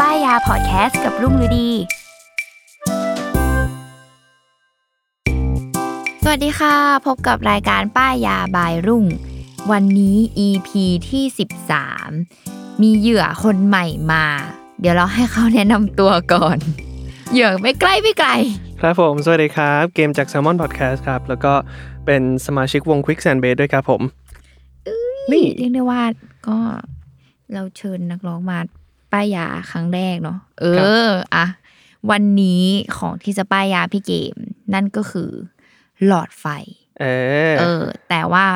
ป้ายยาพอดแคสต์กับรุ่งฤดี สวัสดีค่ะ พบกับรายการป้ายยาบายรุ่ง วันนี้ EP ที่ 13 มีเหยื่อคนใหม่มา เดี๋ยวเราให้เขาแนะนำตัวก่อน เหยื่อไม่ใกล้ไม่ไกล ครับผม สวัสดีครับ เกมจาก s ซ l m o n Podcast ครับ แล้วก็เป็นสมาชิกวง Quick Sand Base ด้วยครับผม นี่ เรียกได้ว่าก็เราเชิญนักร้องมาป้ายยาครั้งแรกเนาะเอ ครับ ออะวันนี้ของที่จะป้ายยาพี่เกม นั่นก็คือหลอดไฟ เออ เออ แต่ว่า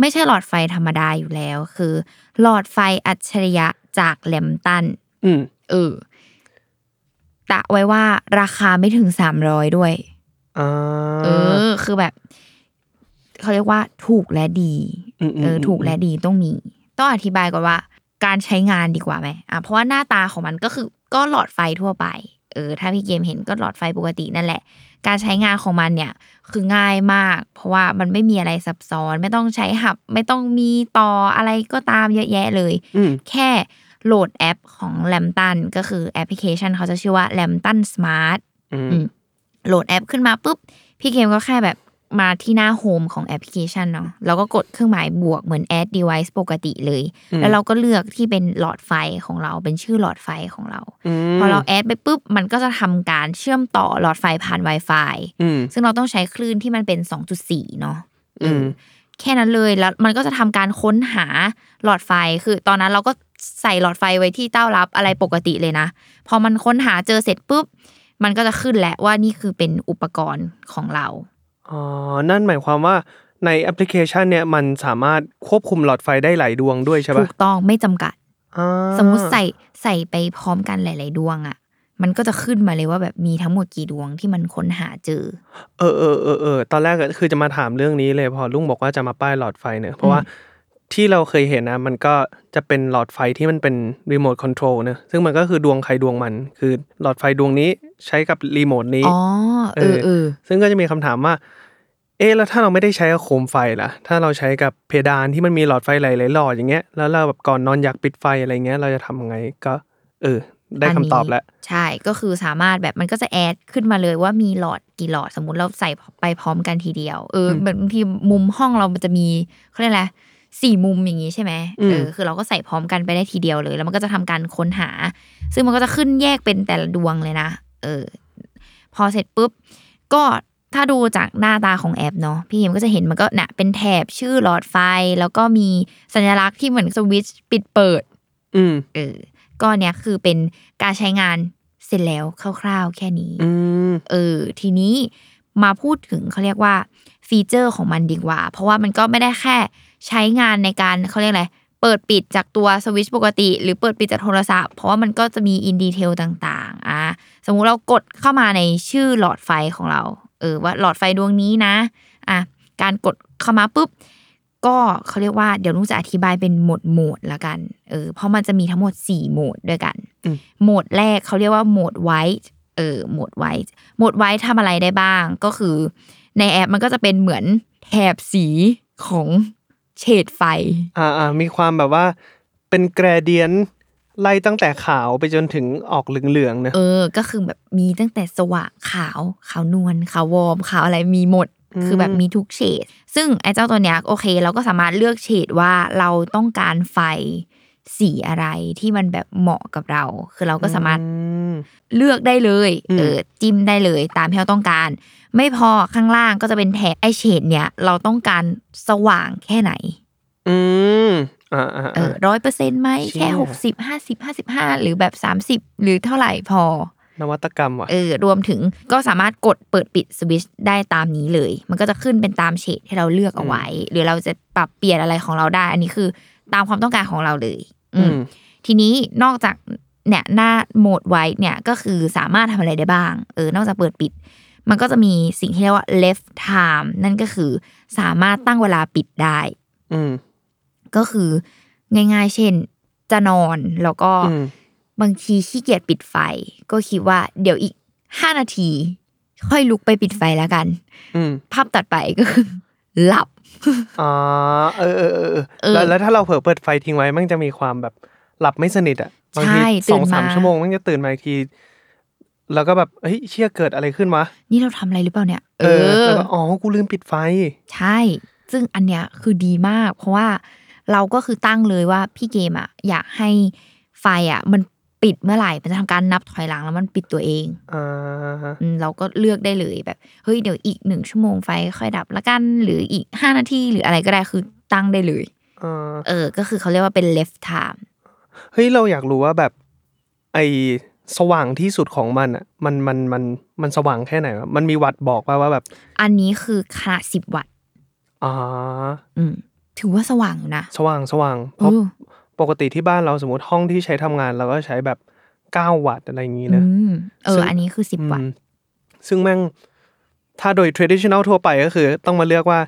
ไม่ใช่หลอดไฟธรรมดาอยู่แล้ว คือ หลอดไฟอัจฉริยะจากแลมตัน อืม เออตะไว้ว่าราคาไม่ถึงสามร้อยด้วย อ่า เออ คือแบบ เขาเรียกว่าถูกและดี อืมอืม เออ อืม ถูกและดีต้องมี ต้องอธิบายก่อนว่า การใช้งานดีกว่าไหมอ่ะเพราะว่าหน้าตาของมันก็คือก็หลอดไฟทั่วไป เออ ถ้าพี่เกมเห็นก็หลอดไฟปกตินั่นแหละ การใช้งานของมันเนี่ย คือง่ายมาก เพราะว่ามันไม่มีอะไรซับซ้อน ไม่ต้องใช้หับ ไม่ต้องมีต่ออะไรก็ตามเยอะแยะเลย อืม แค่โหลดแอปของแลมตันก็คือแอปพลิเคชันเขาจะชื่อว่าแลมตันสมาร์ท อืม อืมโหลดแอปขึ้นมาปุ๊บ พี่เกมก็แค่แบบมาที่หน้าโฮมของแอปพลิเคชันเนาะแล้วก็กดเครื่องหมายบวกเหมือน add device ปกติเลย อืม แล้วเราก็เลือกที่เป็นหลอดไฟของเราเป็นชื่อหลอดไฟของเรา พอเราแอดไปปุ๊บ มันก็จะทำการเชื่อมต่อหลอดไฟผ่าน Wi-Fi อืม ซึ่งเราต้องใช้คลื่นที่มันเป็น 2.4 เนาะเออ ม แค่นั้นเลยแล้วมันก็จะทำการค้นหาหลอดไฟคือ ตอนนั้นเราก็ใส่หลอดไฟไว้ที่เต้ารับอะไรปกติเลยนะ พอมันค้นหาเจอเสร็จปุ๊บ มันก็จะขึ้นแหละว่านี่คือเป็นอุปกรณ์ของเรา อ๋อ นั่นหมายความว่าในแอปพลิเคชันเนี่ย มันสามารถควบคุมหลอดไฟได้หลายดวงด้วยใช่ ถู ปะ กต้องไม่จำกัด อ่า สมมุติใส่ใส่ไปพร้อมกันหลาย ๆ ดวงอะ่ะ มันก็จะขึ้นมาเลยว่าแบบมีทั้งหมดกี่ดวงที่มันค้นหาเจอ เออเออเออเออ ตอนแรกก็คือจะมาถามเรื่องนี้เลย พอลุงบอกว่าจะมาป้ายหลอดไฟเนี่ย เพราะว่าที่เราเคยเห็นนะ มันก็จะเป็นหลอดไฟที่มันเป็นรีโมทคอนโทรลนะ ซึ่งมันก็คือดวงใครดวงมัน คือหลอดไฟดวงนี้ใช้กับรีโมทนี้ อ๋อ เออเออ ซึ่งก็จะมีคำถามว่า เอ๊ะแล้วถ้าเราไม่ได้ใช้กับโคมไฟล่ะ ถ้าเราใช้กับเพดานที่มันมีหลอดไฟหลายๆหลอดอย่างเงี้ย แล้วเราแบบก่อนนอนอยากปิดไฟอะไรเงี้ย เราจะทำยังไงก็ เออ ได้คำตอบแล้ว ใช่ก็คือสามารถแบบมันก็จะแอดขึ้นมาเลยว่ามีหลอดกี่หลอดสมมติเราใส่ไปพร้อมกันทีเดียว เออ อืม แบบบางทีมุมห้องเรามันจะมีเขาเรียกอะไรสี่มุมอย่างนี้ใช่ไหม อืม เออคือเราก็ใส่พร้อมกันไปได้ทีเดียวเลย แล้วมันก็จะทำการค้นหา ซึ่งมันก็จะขึ้นแยกเป็นแต่ละดวงเลยนะเออ พอเสร็จปุ๊บ ก็ถ้าดูจากหน้าตาของแอปเนาะพี่เอ็มก็จะเห็นมันก็น่ะเป็นแถบชื่อหลอดไฟ แล้วก็มีสัญลักษณ์ที่เหมือนสวิตช์ปิดเปิด อืม เออก็เนี้ยคือเป็นการใช้งานเสร็จแล้วคร่าวๆ แค่นี้ อืม เออ ทีนี้มาพูดถึงเขาเรียกว่าฟีเจอร์ของมันดีกว่า เพราะว่ามันก็ไม่ได้แค่ใช้งานในการเขาเรียกอะไร เปิดปิดจากตัวสวิตช์ปกติ หรือเปิดปิดจากโทรศัพท์ เพราะว่ามันก็จะมีอินดีเทลต่างๆ อ่ะ สมมุติเรากดเข้ามาในชื่อหลอดไฟของเรา เออว่าหลอดไฟดวงนี้นะ อ่ะ การกดเข้ามาปุ๊บ ก็เขาเรียกว่าเดี๋ยวลุงจะอธิบายเป็นหมวดหมวดละกัน เออ เพราะมันจะมีทั้งหมด 4 โหมดด้วยกัน อืม โหมดแรกเขาเรียกว่าโหมดไวท์เออ โหมดไวท์โหมดไวท์ทำอะไรได้บ้าง ก็คือ ในแอปมันก็จะเป็นเหมือนแถบสีของเฉดไฟ อ่าอ่ามีความแบบว่าเป็นแกรเดียน ไล่ตั้งแต่ขาวไปจนถึงออกเหลืองๆนะ เออ ก็คือแบบมีตั้งแต่สว่างขาวขาวนวลขาววอร์มขาวอะไรมีหมด คือแบบมีทุกเฉด ซึ่งไอ้เจ้าตัวเนี้ยโอเค เราก็สามารถเลือกเฉดว่าเราต้องการไฟสีอะไรที่มันแบบเหมาะกับเรา คือเราก็สามารถ ม เลือกได้เลย อืม เออจิ้มได้เลยตามที่เราต้องการ ไม่พอข้างล่างก็จะเป็นแถบไอเฉดเนี่ยเราต้องการสว่างแค่ไหน อืมอ่าอ่า เออร้อยเปอร์เซ็นต์ไหมแค่หกสิบห้าสิบห้าสิบห้าหรือแบบสามสิบหรือเท่าไหร่พอน วัตกรรมว่ะ เออรวมถึงก็สามารถกดเปิดปิดสวิตชได้ตามนี้เลย มันก็จะขึ้นเป็นตามเฉดที่เราเลือกเอาไว้ หรือเราจะปรับเปลี่ยนอะไรของเราได้ อันนี้คือตามความต้องการของเราเลย อืม ม ทีนี้นอกจากเนี่ยหน้าโหมดไว้เนี่ยก็คือสามารถทำอะไรได้บ้าง เออนอกจากเปิดปิด มันก็จะมีสิ่งที่เรียกว่า left time นั่นก็คือสามารถตั้งเวลาปิดได้ อืม ก็คือง่ายๆ เช่น จะนอนแล้วก็ อืม บางทีขี้เกียจปิดไฟ ก็คิดว่าเดี๋ยวอีก 5 นาที ค่อยลุกไปปิดไฟแล้วกัน อืม ภาพตัดไปก็คือหลับ อ่าเออเออเออ เอ เอ อ อแล้วแล้วถ้าเราเผลอเปิดไฟทิ้งไว้มันจะมีความแบบหลับไม่สนิทอ่ะบางที ใช่ตื่น สองสาม มา ชั่วโมงมันจะตื่นมาอีกที แล้วก็แบบเฮ้ยเชี่ยเกิดอะไรขึ้นวะ นี่เราทำอะไรหรือเปล่าเนี่ย แล้วก็อ๋อกูลืมปิดไฟ ใช่ ซึ่งอันเนี้ยคือดีมาก เพราะว่าเราก็คือตั้งเลยว่าพี่เกมอะอยากให้ไฟอะมันปิดเมื่อไหร่ มันจะทำการนับถอยหลังแล้วมันปิดตัวเอง อ่า อืมเราก็เลือกได้เลยแบบ เฮ้ยเดี๋ยวอีกหนึ่งชั่วโมงไฟค่อยดับละกัน หรืออีกห้านาทีหรืออะไรก็ได้คือตั้งได้เลย เออ เออ ก็คือเขาเรียกว่าเป็น left time เฮ้ยเราอยากรู้ว่าแบบไอสว่างที่สุดของมันอ่ะมันมันมันมันสว่างแค่ไหนวะมันมีวัดบอกว่าว่าแบบ อันนี้คือขนาดสิบวัตต์ อ๋อ อืมถือว่าสว่างอยู่นะ สว่างสว่างเพ เอ ราะ อ ปกติที่บ้านเราสมมติห้องที่ใช้ทำงาน เราก็ใช้แบบเก้าวัตต์อะไรอย่างนี้ อื นะ มเอ ซึ่ อง อันนี้คือสิบ อืม วัตต์ ซึ่งแม่งถ้าโดย traditional ทั่วไปก็คือ ต้องมาเลือกว่า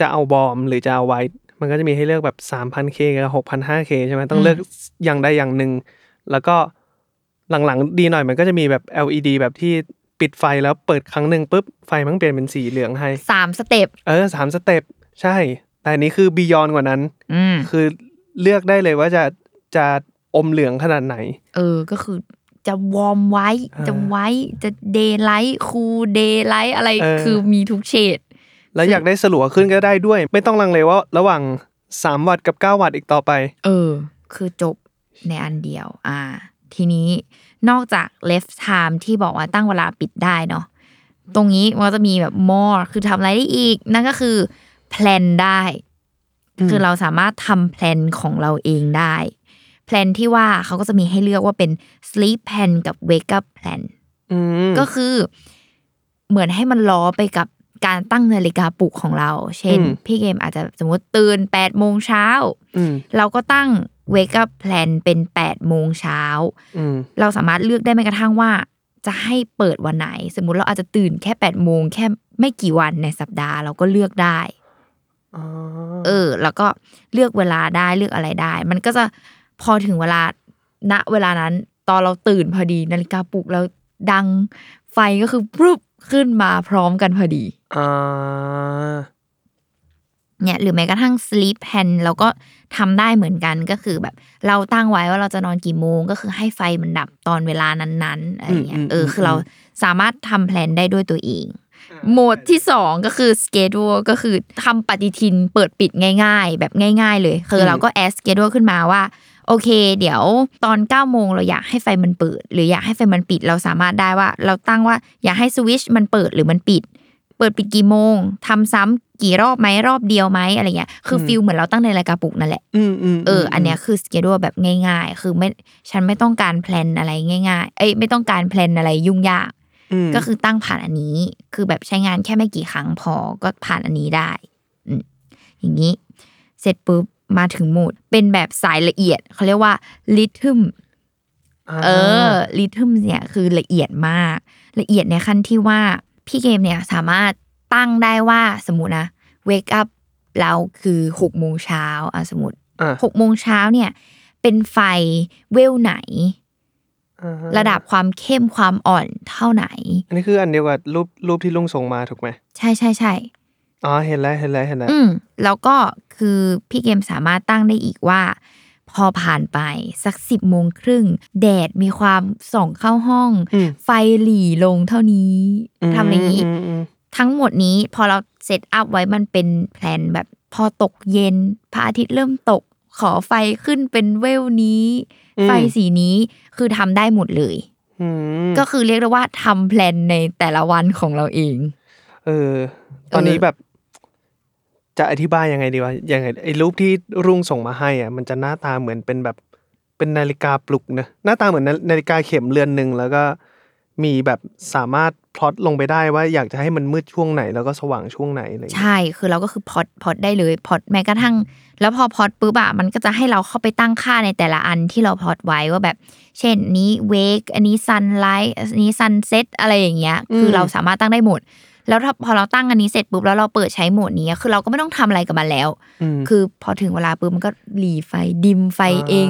จะเอาบอมหรือจะเอาไวท์มันก็จะมีให้เลือกแบบ 3,000K กับ 6,500K ใช่ไหมต้องเลือกอย่างใดอย่างหนึ่ง แล้วก็หลังๆ ดีหน่อยมันก็จะมีแบบ LED แบบที่ปิดไฟแล้วเปิดครั้งหนึ่งปุ๊บ ไฟมันเปลี่ยนเป็นสีเหลืองให้ สามสเต็ป เออสามสเต็ปใช่ แต่อันนี้คือ beyond กว่านั้น อืม คือเลือกได้เลยว่าจะจะอมเหลืองขนาดไหน เออ ก็คือจะวอร์มไว้ เออ จะไว้ จะเดย์ไลท์ คูเดย์ไลท์ อะไร เออ คือมีทุกเฉด แล้วอยากได้สลัวขึ้นก็ได้ด้วย ไม่ต้องลังเลว่าระหว่าง 3 วัตต์กับ 9 วัตต์อีกต่อไป เออ คือจบในอันเดียว อ่า ทีนี้นอกจาก left time ที่บอกว่าตั้งเวลาปิดได้เนาะ ตรงนี้มันก็จะมีแบบ more คือทำอะไรได้อีก นั่นก็คือ plan ได้ คือเราสามารถทำ plan ของเราเองได้ plan ที่ว่าเขาก็จะมีให้เลือกว่าเป็น sleep plan กับ wake up plan อืม ก็คือเหมือนให้มันล้อไปกับการตั้งนาฬิกาปลุกของเรา เช่น พี่เกมอาจจะสมมติตื่น8ปดโมงเช้า อืม เราก็ตั้ง wake up plan เป็น8ปดโมงเช้า อืม เราสามารถเลือกได้แม้กระทั่งว่า จะให้เปิดวันไหน สมมติเราอาจจะตื่นแค่8ปดโมงแค่ไม่กี่วันในสัปดาห์เราก็เลือกได้ อ๋อ เออ แล้วก็เลือกเวลาได้เลือกอะไรได้ มันก็จะพอถึงเวลาณเวลานั้น ตอนเราตื่นพอดีนาฬิกาปลุกเราดังไฟก็คือปุ๊บขึ้นมาพร้อมกันพอดี อ่า เนี่ยหรือแม้กระทั่ง sleep pen เราก็ทำได้เหมือนกันก็คือแบบ เราตั้งไว้ว่าเราจะนอนกี่โมง ก็คือให้ไฟมันดับตอนเวลานั้นๆอะไรเงี้ยเออคือเราสามารถทำแพลนได้ด้วยตัวเอง โหมดที่สองก็คือ schedule ก็คือทำปฏิทินเปิดปิดง่ายๆ แบบง่ายๆ เลย คือเราก็ add schedule ขึ้นมาว่า โอเค เดี๋ยวตอน9ก้าโมงเราอยากให้ไฟมันเปิด หรืออยากให้ไฟมันปิดเราสามารถได้ว่า เราตั้งว่าอยากให้สวิตชมันเปิดหรือมันปิด เปิดปิดกี่โมงทำซ้ำกี่รอบไหมรอบเดียวไหมอะไรเงี้ยคือฟิลเหมือนเราตั้งในรายการปลุกนั่นแหละ อืมอืม เออออันเนี้ยคือสเกดูแบบง่ายๆ คือไม่ฉันไม่ต้องการแพลนอะไรง่ายๆ เอ้ยไม่ต้องการแพลนอะไรยุ่งยาก ม ก็คือตั้งผ่านอันนี้ คือแบบใช้งานแค่ไม่กี่ครั้งพอก็ผ่านอันนี้ได้อืมอย่างนี้ เสร็จปุ๊บมาถึงโหมด เป็นแบบสายละเอียดเขาเรียกว่าลิทึม า เออลิทึมเนี่ยคือละเอียดมาก ละเอียดในขั้นที่ว่าพี่เกมเนี่ยสามารถตั้งได้ว่าสมมตินะเวกอัพเราคือหกโมงเช้าอ่ะสมมติ อ่ะ หกโมงเช้าเนี่ย เป็นไฟเวลไหน อ่าฮ ระดับความเข้มความอ่อนเท่าไหน อันนี้คืออันเดียวกับรูปรูปที่ลุงส่งมาถูกไหม ใช่ใช่ใช่ อ๋อเห็นแล้วเห็นแล้วเห็นแล้ว อืมแล้วก็คือพี่เกมสามารถตั้งได้อีกว่า พ พอผ่านไปสักสิบโมงครึ่ง แดดมีความส่องเข้าห้อง อืม ไฟหลีลงเท่านี้ ม ทำอะไรอย่างนี้ มอืม ทั้งหมดนี้พอเราเซตอัพไว้มันเป็นแผนแบบพอตกเย็นพระอาทิตย์เริ่มตก ขอไฟขึ้นเป็นเวลนี้ อืม ไฟสีนี้คือทำได้หมดเลย อืม ก็คือเรียกได้ว่าทำแพลนในแต่ละวันของเราเอง เออ ตอนนี้แบบ จะอธิบายยังไงดีวะยังไงไอ้รูปที่รุ่งส่งมาให้อ่ะ มันจะหน้าตาเหมือนเป็นแบบ เป็นนาฬิกาปลุกนะหน้าตาเหมือนนานาฬิกาเข็มเรือนหนึ่งแล้วก็มีแบบสามารถพลอตลงไปได้ว่าอยากจะให้มันมืดช่วงไหน แล้วก็สว่างช่วงไหนอะไรอย่างเงี้ย ใช่ คือเราก็คือพอดพอดได้เลย พอดแม้กระทั่ง แล้วพอพอดปุ๊บอะมันก็จะให้เราเข้าไปตั้งค่าในแต่ละอันที่เราพอดไว้ว่าแบบ เช่นนี้เวกอันนี้ซันไลท์อันนี้ซันเซ็ตอะไรอย่างเงี้ย คือเราสามารถตั้งได้หมด แล้วถ้าพอเราตั้งอันนี้เสร็จปุ๊บแล้วเราเปิดใช้โหมดนี้ คือเราก็ไม่ต้องทำอะไรกับมันแล้ว อืม คือพอถึงเวลาปุ๊บมันก็หลีไฟดิมไฟ อ่า เอง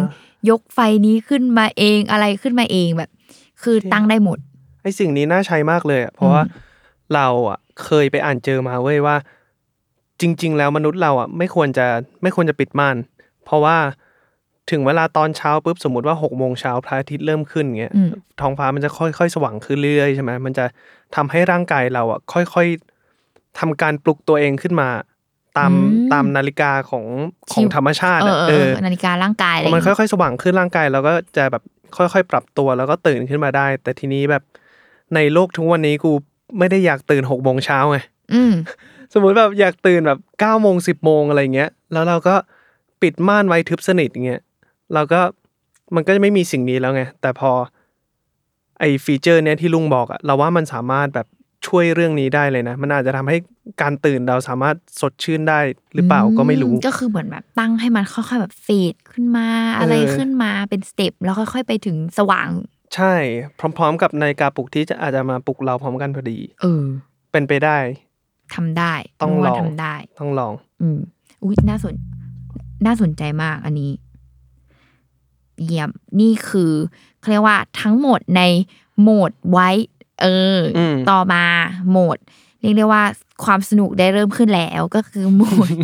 ยกไฟนี้ขึ้นมาเองอะไรขึ้นมาเองแบบ คือตั้งได้หมด ไอสิ่งนี้น่าใช้มากเลยอะเพราะว่าเราอ่ะ เคยไปอ่านเจอมาเว้ยว่า จริง ๆ แล้วมนุษย์เราอ่ะ ไม่ควรจะไม่ควรจะปิดม่าน เพราะว่าถึงเวลาตอนเช้าปุ๊บสมมติว่าหกโมงเช้าพระอาทิตย์เริ่มขึ้นเงี้ย อืม ท้องฟ้ามันจะค่อยๆ สว่างขึ้นเรื่อยๆใช่ไหมมันจะทำให้ร่างกายเราอ่ะ ค่อยๆทำการปลุกตัวเองขึ้นมา ตาม อืม ตามนาฬิกาของข ชิ อง ว ธรรมชาติ เอ อะ อเอ เอ อ อ นาฬิการ่างกายอะไร พ อ อย่าง มัน เงี้ย ค่อยๆ สว่างขึ้นร่างกายเราก็จะแบบค่อยๆ ปรับตัวแล้วก็ตื่นขึ้นมาได้ แต่ทีนี้แบบในโลกทุกวันนี้กูไม่ได้อยากตื่นหกโมงเช้าไง อืม สมมติแบบอยากตื่นแบบเก้าโมงสิบโมงอะไรเงี้ย แล้วเราก็ปิดม่านไว้ทึบสนิทเงี้ยเราก็มันก็จะไม่มีสิ่งนี้แล้วไง แต่พอไอฟีเจอร์เนี้ยที่ลุงบอกอะเราว่ามันสามารถแบบช่วยเรื่องนี้ได้เลยนะ มันอาจจะทำให้การตื่นเราสามารถสดชื่นได้หรือเปล่าก็ไม่รู้ อืก็คือเหมือนแบบตั้งให้มันค่อยๆแบบเฟดขึ้นมาอะไรขึ้นมาเป็นสเต็ปแล้วค่อยๆไปถึงสว่าง ใช่ พร้อม ๆ กับนาฬิกาปลุกที่จะอาจจะมาปลุกเราพร้อมกันพอดี เออ เป็นไปได้ ทำได้ ต้อง ว่า ลอง ทำได้ ต้องลอง อืมอุ้ยน่าสนน่าสนใจมากอันนี้ เยี่ยมนี่คือเขาเรียกว่าทั้งหมดในโหมดไว้ เอออ ม ต่อมาโหมด เรียกได้ว่าความสนุกได้เริ่มขึ้นแล้วก็คือโหม ด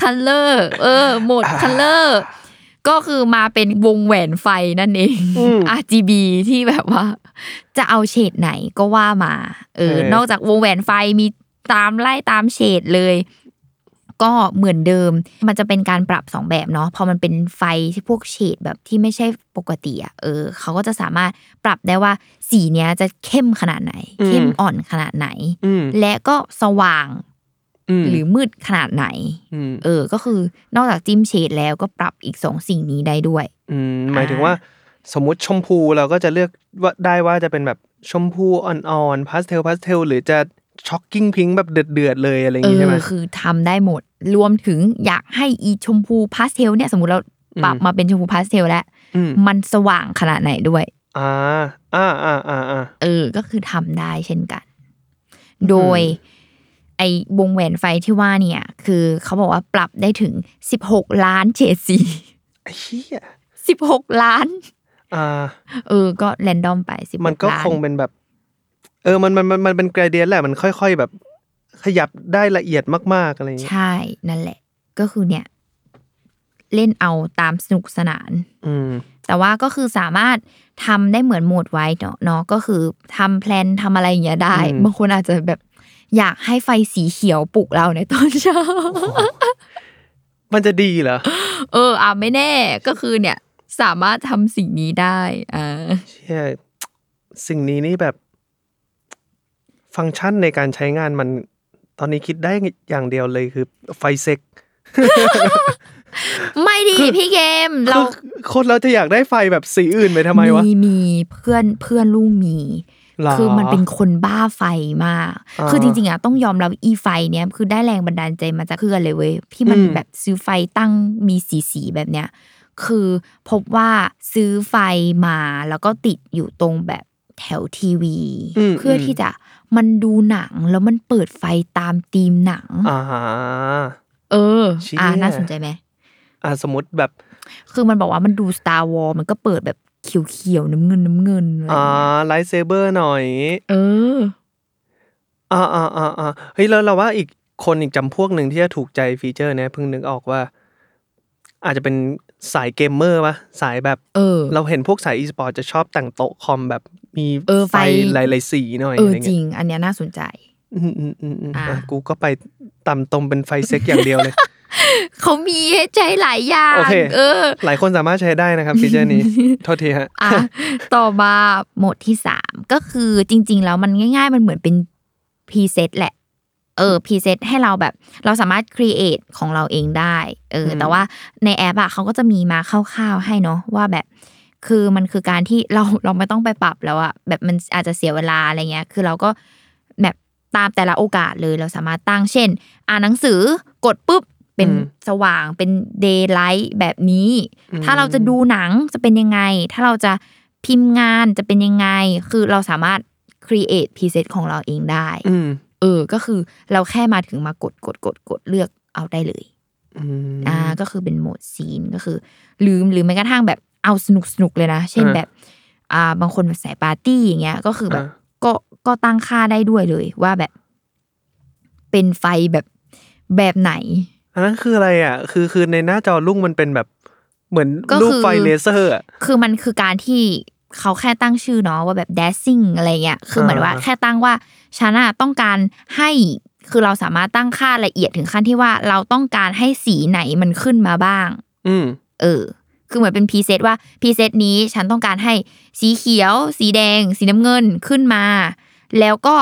คัลเลอร์เออ โหมดคัลเลอร์ก็คือมาเป็นวงแหวนไฟนั่นเอง อืม RGB ที่แบบว่า จะเอาเฉดไหนก็ว่ามา เออ เออ นอกจากวงแหวนไฟมีตามไล่ตามเฉดเลย ก็เหมือนเดิม มันจะเป็นการปรับสองแบบเนาะ พอมันเป็นไฟที่พวกเฉดแบบที่ไม่ใช่ปกติอะเออ เขาก็จะสามารถปรับได้ว่าสีเนี้ยจะเข้มขนาดไหน เข้ม อืม อ่อนขนาดไหน อืม และก็สว่าง อืม หรือมืดขนาดไหน อืม เออ ก็คือนอกจากจิ้มเฉดแล้วก็ปรับอีกสองสิ่งนี้ได้ด้วย อืมหมายถึงว่า สมมติชมพูเราก็จะเลือกว่าได้ว่าจะเป็นแบบชมพูอ่อนๆพาสเทลพาสเทลหรือจะช็อกกิ้งพิงค์แบบเดือดๆเลยอะไรอย่าง เอ งี้ใช่ไหม อคือทำได้หมด รวมถึงอยากให้อีชมพูพาสเทลเนี่ยสมมติเราปรับ อืม มาเป็นชมพูพาสเทลแล้ว อืม มันสว่างขนาดไหนด้วย อ่าอ่าอ่าอ่าอ่า เออ ก็คือทำได้เช่นกัน โดย ไอ้วงแหวนไฟที่ว่าเนี่ย คือเขาบอกว่าปรับได้ถึง 16 ล้านเฉดสี ไอ้เหี้ย 16 ล้าน อ่า เออ ก็แรนดอมไป 16 มันก็ ล้าน คงเป็นแบบ เออมันมันมันมันเป็นกรเดียนแหละมันค่อย ๆแบบ ขยับได้ละเอียดมากๆอะไรอย่างเงี้ย ใช่ นั่นแหละ ก็คือเนี่ย เล่นเอาตามสนุกสนาน อืม แต่ว่าก็คือสามารถทำได้เหมือนโหมดไว้เนอะเนาะก็คือทำแพลนทำอะไรอย่างเงี้ยได้ อืม บางคนอาจจะแบบอยากให้ไฟสีเขียวปลุกเราในตอนเช้า มันจะดีเหรอ เอออ่ะไม่แน่ก็คือเนี่ย สามารถทำสิ่งนี้ได้อ่า เชี่ยสิ่งนี้นี่แบบ ฟังก์ชันในการใช้งานมัน ตอนนี้คิดได้อย่างเดียวเลยคือไฟเซ็ก ไม่ดีพี่เกมเรา คือคนเราจะอยากได้ไฟแบบสีอื่นไปทำไมวะ มีเพื่อนเพื่อนลูกมี หร คือมันเป็นคนบ้าไฟมาก อ่า คือจริงๆอ่ะต้องยอมรับอีไฟเนี่ยคือได้แรงบันดาลใจมาจากเพื่อนเลยเว้ยที่มัน อืม แบบซื้อไฟตั้งมีสีสีๆแบบเนี้ย คือพบว่าซื้อไฟมาแล้วก็ติดอยู่ตรงแบบแถวทีวี อืม เพื่ออ ม ที่จะมันดูหนังแล้วมันเปิดไฟตามธีมหนัง อ่า เออ เชี่ย อ่าน่าสนใจไหม อ่าสมมติแบบ คือมันบอกว่ามันดู Star War มันก็เปิดแบบเขียวๆน้ำเงินน้ำเงินอะไร อ่าไลท์เซเบอร์หน่อย เออ อ่าอ่าอ่าอ่าเฮ้ยแล้วเราว่าอีกคนอีกจำพวกหนึ่งที่จะถูกใจฟีเจอร์เนี้ยเพิ่งนึกออกว่า อาจจะเป็น สายเกมเมอร์ปะสายแบบ เออ เราเห็นพวกสายอีสปอร์ตจะชอบแต่งโต๊ะคอมแบบมี เออไฟ หลายๆสีหน่อย เอ อะ อ ไร จ เงี้ย ริง อันเนี้ยน่าสนใจ อืมอืมอืมอืม อ่า อ่ะกูก็ไปตำตรงเป็นไฟเซ็กอย่างเดี ยวเลย เขามีให้ใจหลายอย่าง โอเค เออ หลายคนสามารถใช้ได้นะครับฟีเจอร์นี้ โทษทีฮะ อ่ะ ต่อมาโหมดที่สามก็คือจริง ๆ แล้วมันง่าย ๆ มันเหมือนเป็นพรีเซตแหละ เออพรีเซตให้เราแบบเราสามารถครีเอทของเราเองได้ เออ อืม แต่ว่าในแอปอะเขาก็จะมีมาคร่าวๆให้เนาะว่าแบบ คือมันคือการที่เราเราไม่ต้องไปปรับแล้วอะแบบมันอาจจะเสียเวลาอะไรเงี้ย คือเราก็แบบตามแต่ละโอกาสเลยเราสามารถตั้งเช่น อ่านหนังสือกดปุ๊บเป็น อืม สว่างเป็นเดย์ไลท์แบบนี้ ถ้าเราจะดูหนังจะเป็นยังไง ถ้าเราจะพิมพ์งานจะเป็นยังไง คือเราสามารถ create preset ของเราเองได้ อืม เออ ก็คือเราแค่มาถึงมากดกดกดกดเลือกเอาได้เลย อืม อ่า ก็คือเป็นโหมดซีนก็คือลืมหรือแม้กระทั่งแบบเอาสนุกสนุกเลยนะ เช่น อ่า แบบ อ่า บางคนแบบสายปาร์ตี้อย่างเงี้ย ก็คือแบบ อ่า ก็ ก็ตั้งค่าได้ด้วยเลยว่าแบบ เป็นไฟแบบ แบบไหน อันนั้นคืออะไรอ่ะ คือคือในหน้าจอลุงมันเป็นแบบเหมือน ก็ รูป คือ ไฟเลเซอร์อ่ะ คือมันคือการที่เขาแค่ตั้งชื่อเนาะว่าแบบ dashing อะไรเงี้ย คือเหมือนว่า อ่า แค่ตั้งว่าฉันอะต้องการให้ คือเราสามารถตั้งค่าละเอียดถึงขั้นที่ว่าเราต้องการให้สีไหนมันขึ้นมาบ้าง อืม เออ คือเหมือนเป็นพรีเซตว่าพรีเซตนี้ฉันต้องการให้สีเขียว สีแดง สีน้ำเงินขึ้นมา แล้วก็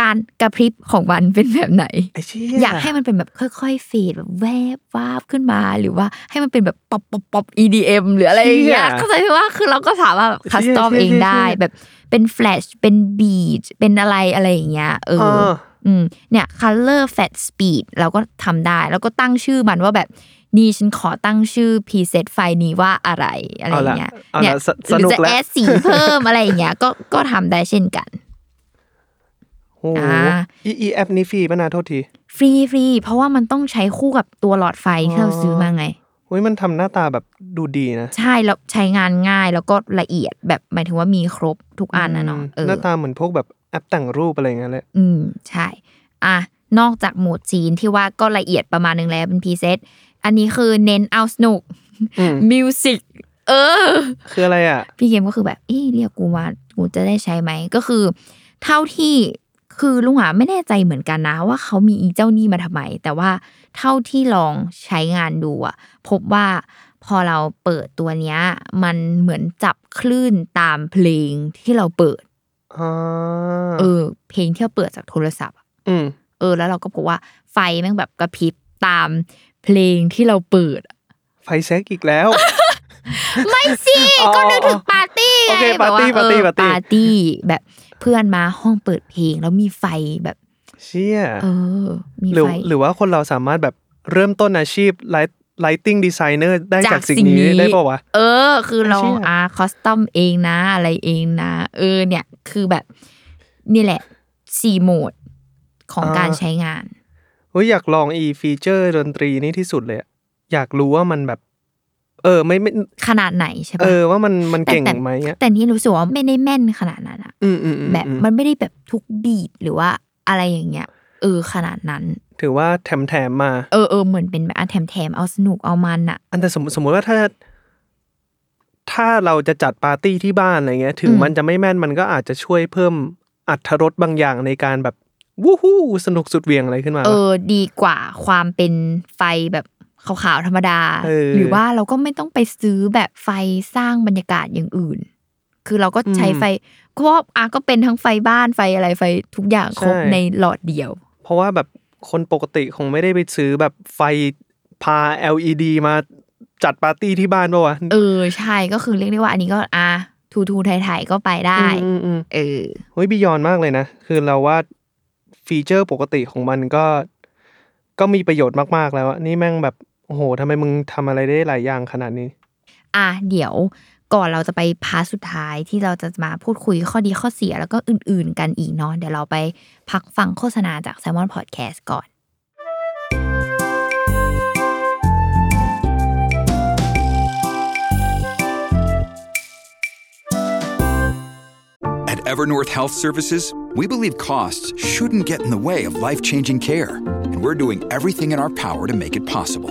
การกระพริบของมันเป็นแบบไหน ไอ้เชี่ อยากให้มันเป็นแบบค่อยๆเฟดแบบแวบวาบขึ้นมา หรือว่าให้มันเป็นแบบป๊อปป๊อปป๊อป EDM หรืออะไรอย่างเงี้ยเข้าใจไหมว่าคือเราก็สามารถคัสตอมเองได้ แบบเป็นแฟลชเป็นบีทเป็นอะไรอะไรอย่างเงี้ยเออ เออ อืมเนี่ย color fat speed เราก็ทำได้ แล้วก็ตั้งชื่อมันว่าแบบ นี่ฉันขอตั้งชื่อ preset ไฟล์นี้ว่าอะไรอะไรอย่างเงี้ย เอาละเอาละ เนี่ย ส ห ส รื นุก จะ แล้ว แอดสีเพิ่มอะไรอย่างเงี้ยก็ก็ทำได้เช่นกัน โอ้โห อ่า อีอีแอปนี้ฟรีป่ะนะโทษที ฟรีฟรีเพราะว่ามันต้องใช้คู่กับตัวหลอดไฟที่เราซื้อมาไง เฮ้ยมันทำหน้าตาแบบดูดีนะ ใช่แล้วใช้งานง่ายแล้วก็ละเอียดแบบหมายถึงว่ามีครบทุกอันนะเนาะ ม เออ หน้าตาเหมือนพวกแบบแอปแต่งรูปอะไรอย่างเงี้ยเลย อืมใช่อ่ะนอกจากโหมดจีนที่ว่าก็ละเอียดประมาณนึงแล้วเป็นพรีเซตอันนี้คือเน้นเอาสนุก อืม มิวสิกเออ คืออะไรอ่ะ พี่เกมก็คือแบบเอ๊ะเรียกกูมากูจะได้ใช้ไหมก็คือ เท่าที่คือลุงอ่ะไม่แน่ใจเหมือนกันนะ ว่าเขามีอีเจ้านี่มาทำไม แต่ว่าเท่าที่ลองใช้งานดูอ่ะ พบว่าพอเราเปิดตัวเนี้ย มันเหมือนจับคลื่นตามเพลงที่เราเปิด อ๋อ เออ เพลงที่เราเปิดจากโทรศัพท์อะ อืม เออ แล้วเราก็พบว่าไฟแม่งแบบกระพริบตามเพลงที่เราเปิดอะ ไฟแซกอีกแล้ว ไม่สิ อ๋อ ก็นึกถึงปาร์ตี้ โอ ไง เค แบ ปา บ ร์ตี้ ว่าเออ ปาปาร์ตี้ร์ตี้แบบเพื่อนมาห้องเปิดเพลงแล้วมีไฟแบบ เชี่ย เออ มี หรือ ไฟ หรือว่าคนเราสามารถแบบเริ่มต้นอาชีพไลท์ไลติงดีไซเนอร์ได้จากสิ่งนี้ได้ป่าวะ เออ คือลอง ไม่เชื่ออ่ อาคอสตอมเองนะ อะไรเองนะ เออ เนี่ย คือแบบ นี่แหละสี่โหมดของการใช้งาน เฮ้ยอยากลองอีฟีเจอร์ดนตรีนี่ที่สุดเลยอะอยากรู้ว่ามันแบบ เออไม่ไม่ ขนาดไหนใช่ปะ เออว่ามันมัน แต่ เก่ง แต่ ไหมอ่ะ แต่นี่รู้สึกว่าไม่ได้แม่นขนาดนั้นอะ อืมอืมอืม แบบ อืม มันไม่ได้แบบทุกบีดหรือว่าอะไรอย่างเงี้ย เออ ขนาดนั้น ถือว่าแถมแถมๆมา เออเออเหมือนเป็นแบบอ่ะแถมแถมๆเอาสนุกเอามันอะ อันแต่สมมติสมมติว่าถ้า ถ้าเราจะจัดปาร์ตี้ที่บ้านอะไรเงี้ย ถึง อืม มันจะไม่แม่นมันก็อาจจะช่วยเพิ่มอัตรถรสบางอย่างในการแบบวู้ฮู้สนุกสุดเหวียงอะไรขึ้นมา เอ วะ อดีกว่าความเป็นไฟแบบขาวๆธรรมดา เออ หรือว่าเราก็ไม่ต้องไปซื้อแบบไฟสร้างบรรยากาศอย่างอื่น คือเราก็ใช้ อืม ไฟเพราะว่าอ่ะก็เป็นทั้งไฟบ้านไฟอะไรไฟทุกอย่างครบ ใช่ ในหลอดเดียว เพราะว่าแบบคนปกติคงไม่ได้ไปซื้อแบบไฟพา LED มาจัดปาร์ตี้ที่บ้านปะวะ เออใช่ก็คือเรียกได้ว่าอันนี้ก็อ่ะทูทูไทยๆก็ไปได้ อืมอืม เออ เฮ้ยบิยอนมากเลยนะ คือเราว่าฟีเจอร์ปกติของมันก็ ก็มีประโยชน์มากๆแล้วอะนี่แม่งแบบโอ้โหทำไมมึงทำอะไรได้หลายอย่างขนาดนี้ อ่ะเดี๋ยวก่อนเราจะไปพาร์ทสุดท้ายที่เราจะมาพูดคุยข้อดีข้อเสียแล้วก็อื่นๆกันอีกเนาะเดี๋ยวเราไปพักฟังโฆษณาจาก s ซ m o n Podcast ก่อน At Evernorth Health Services, we believe costs shouldn't get in the way of life changing care, and we're doing everything in our power to make it possible.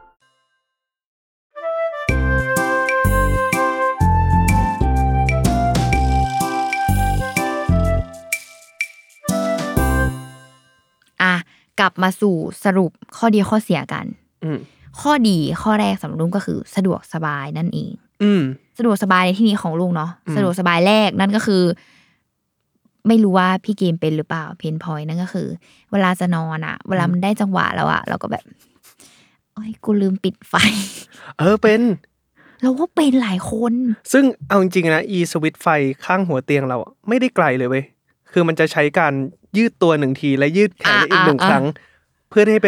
อ่ะกลับมาสู่สรุปข้อดีข้อเสียกัน อืม ข้อดีข้อแรกสำหรับลุงก็คือสะดวกสบายนั่นเอง อืม สะดวกสบายในที่นี้ของลุงเนาะสะดวกสบายแรกนั่นก็คือ ไม่รู้ว่าพี่เกมเป็นหรือเปล่าเพนพอยนั่นก็คือ เวลาจะนอนอะเวลามันได้จังหวะแล้วอะเราก็แบบโอ้ยกูลืมปิดไฟ เออเป็น เราว่าเป็นหลายคน ซึ่งเอาจริงๆนะอีสวิตช์ไฟข้างหัวเตียงเราอะไม่ได้ไกลเลยเว้ยคือมันจะใช้การยืดตัวหนึ่งทีและยืดแขนอีกหนึ่งครั้ง เพื่อให้ไป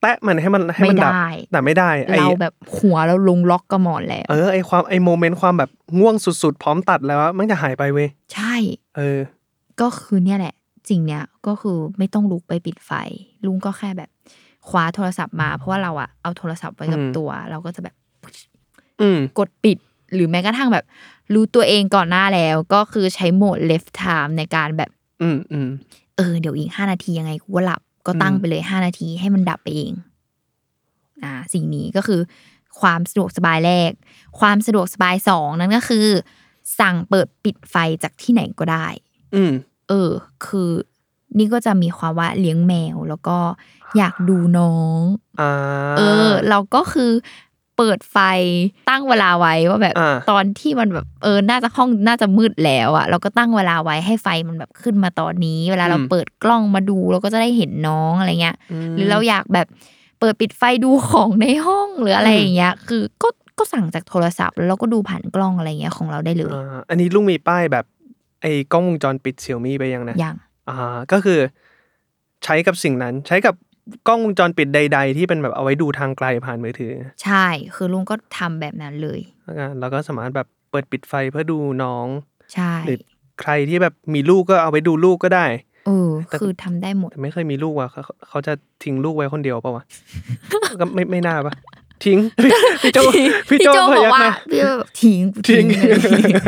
แตะมันให้มันให้ ไม่ มันดับ ได้ แต่ไม่ได้ไอ เราแบบหัวเราลงล็อกกระหมอนแล้ว เออไอความไอโมเมนต์ความแบบง่วงสุดๆ พร้อมตัดแล้วอะมันจะหายไปเว้ย ใช่ เออ ก็คือเนี่ยแหละสิ่งเนี้ยก็คือไม่ต้องลุกไปปิดไฟ ลุงก็แค่แบบคว้าโทรศัพท์มา เพราะว่าเราอะเอาโทรศัพท์ไว้กับ อืม ตัว เราก็จะแบบ อืม กดปิดหรือแม้กระทั่งแบบ รู้ตัวเองก่อนหน้าแล้ว ก็คือใช้โหมด left time ในการแบบ อืมอืม เออ เดี๋ยวอีกห้านาทียังไงกูก็หลับก็ตั้ง อืม ไปเลยห้านาทีให้มันดับไปเอง อ่า สิ่งนี้ก็คือ ความสะดวกสบายแรก ความสะดวกสบายสองนั่นก็คือ สั่งเปิดปิดไฟจากที่ไหนก็ได้ อืม เออ คือนี่ก็จะมีความว่าเลี้ยงแมวแล้วก็อยากดูน้อง อ่า เออ เราก็คือเปิดไฟตั้งเวลาไว้ว่าแบบ อ่า ตอนที่มันแบบเออน่าจะห้องน่าจะมืดแล้วอะเราก็ตั้งเวลาไว้ให้ไฟมันแบบขึ้นมาตอนนี้ เวลาเราเปิดกล้องมาดูเราก็จะได้เห็นน้องอะไรเงี้ย หรือเราอยากแบบเปิดปิดไฟดูของในห้องหรืออะไรอย่างเงี้ย คือก็ก็สั่งจากโทรศัพท์ แล้วเราก็ดูผ่านกล้องอะไรเงี้ยของเราได้เลย อ่าอันนี้ลุงมีป้ายแบบ ไอ้กล้องวงจรปิดเซี่ยมี่ไปยังนะ อย่าง อ่าก็คือใช้กับสิ่งนั้น ใช้กับกล้องวงจรปิดใด ๆ ที่เป็นแบบเอาไว้ดูทางไกลผ่านมือถือ ใช่ คือลุงก็ทำแบบนั้นเลย แล้วกันแล้วก็สามารถแบบเปิดปิดไฟเพื่อดูน้อง ใช่ หรือใครที่แบบมีลูกก็เอาไว้ดูลูกก็ได้ เออคือทำได้หมด แต่ไม่เคยมีลูกว่ะเขาเขาจะทิ้งลูกไว้คนเดียวปะวะ ก็ไม่ไม่น่าปะทิ้ง พี่ โจพี่โจพ บอ ยั ก ก ว่า หนะ พี่โจ้แบบทิ้งกู ทิ้ ทิ้ ง งอะไรอย่างงี้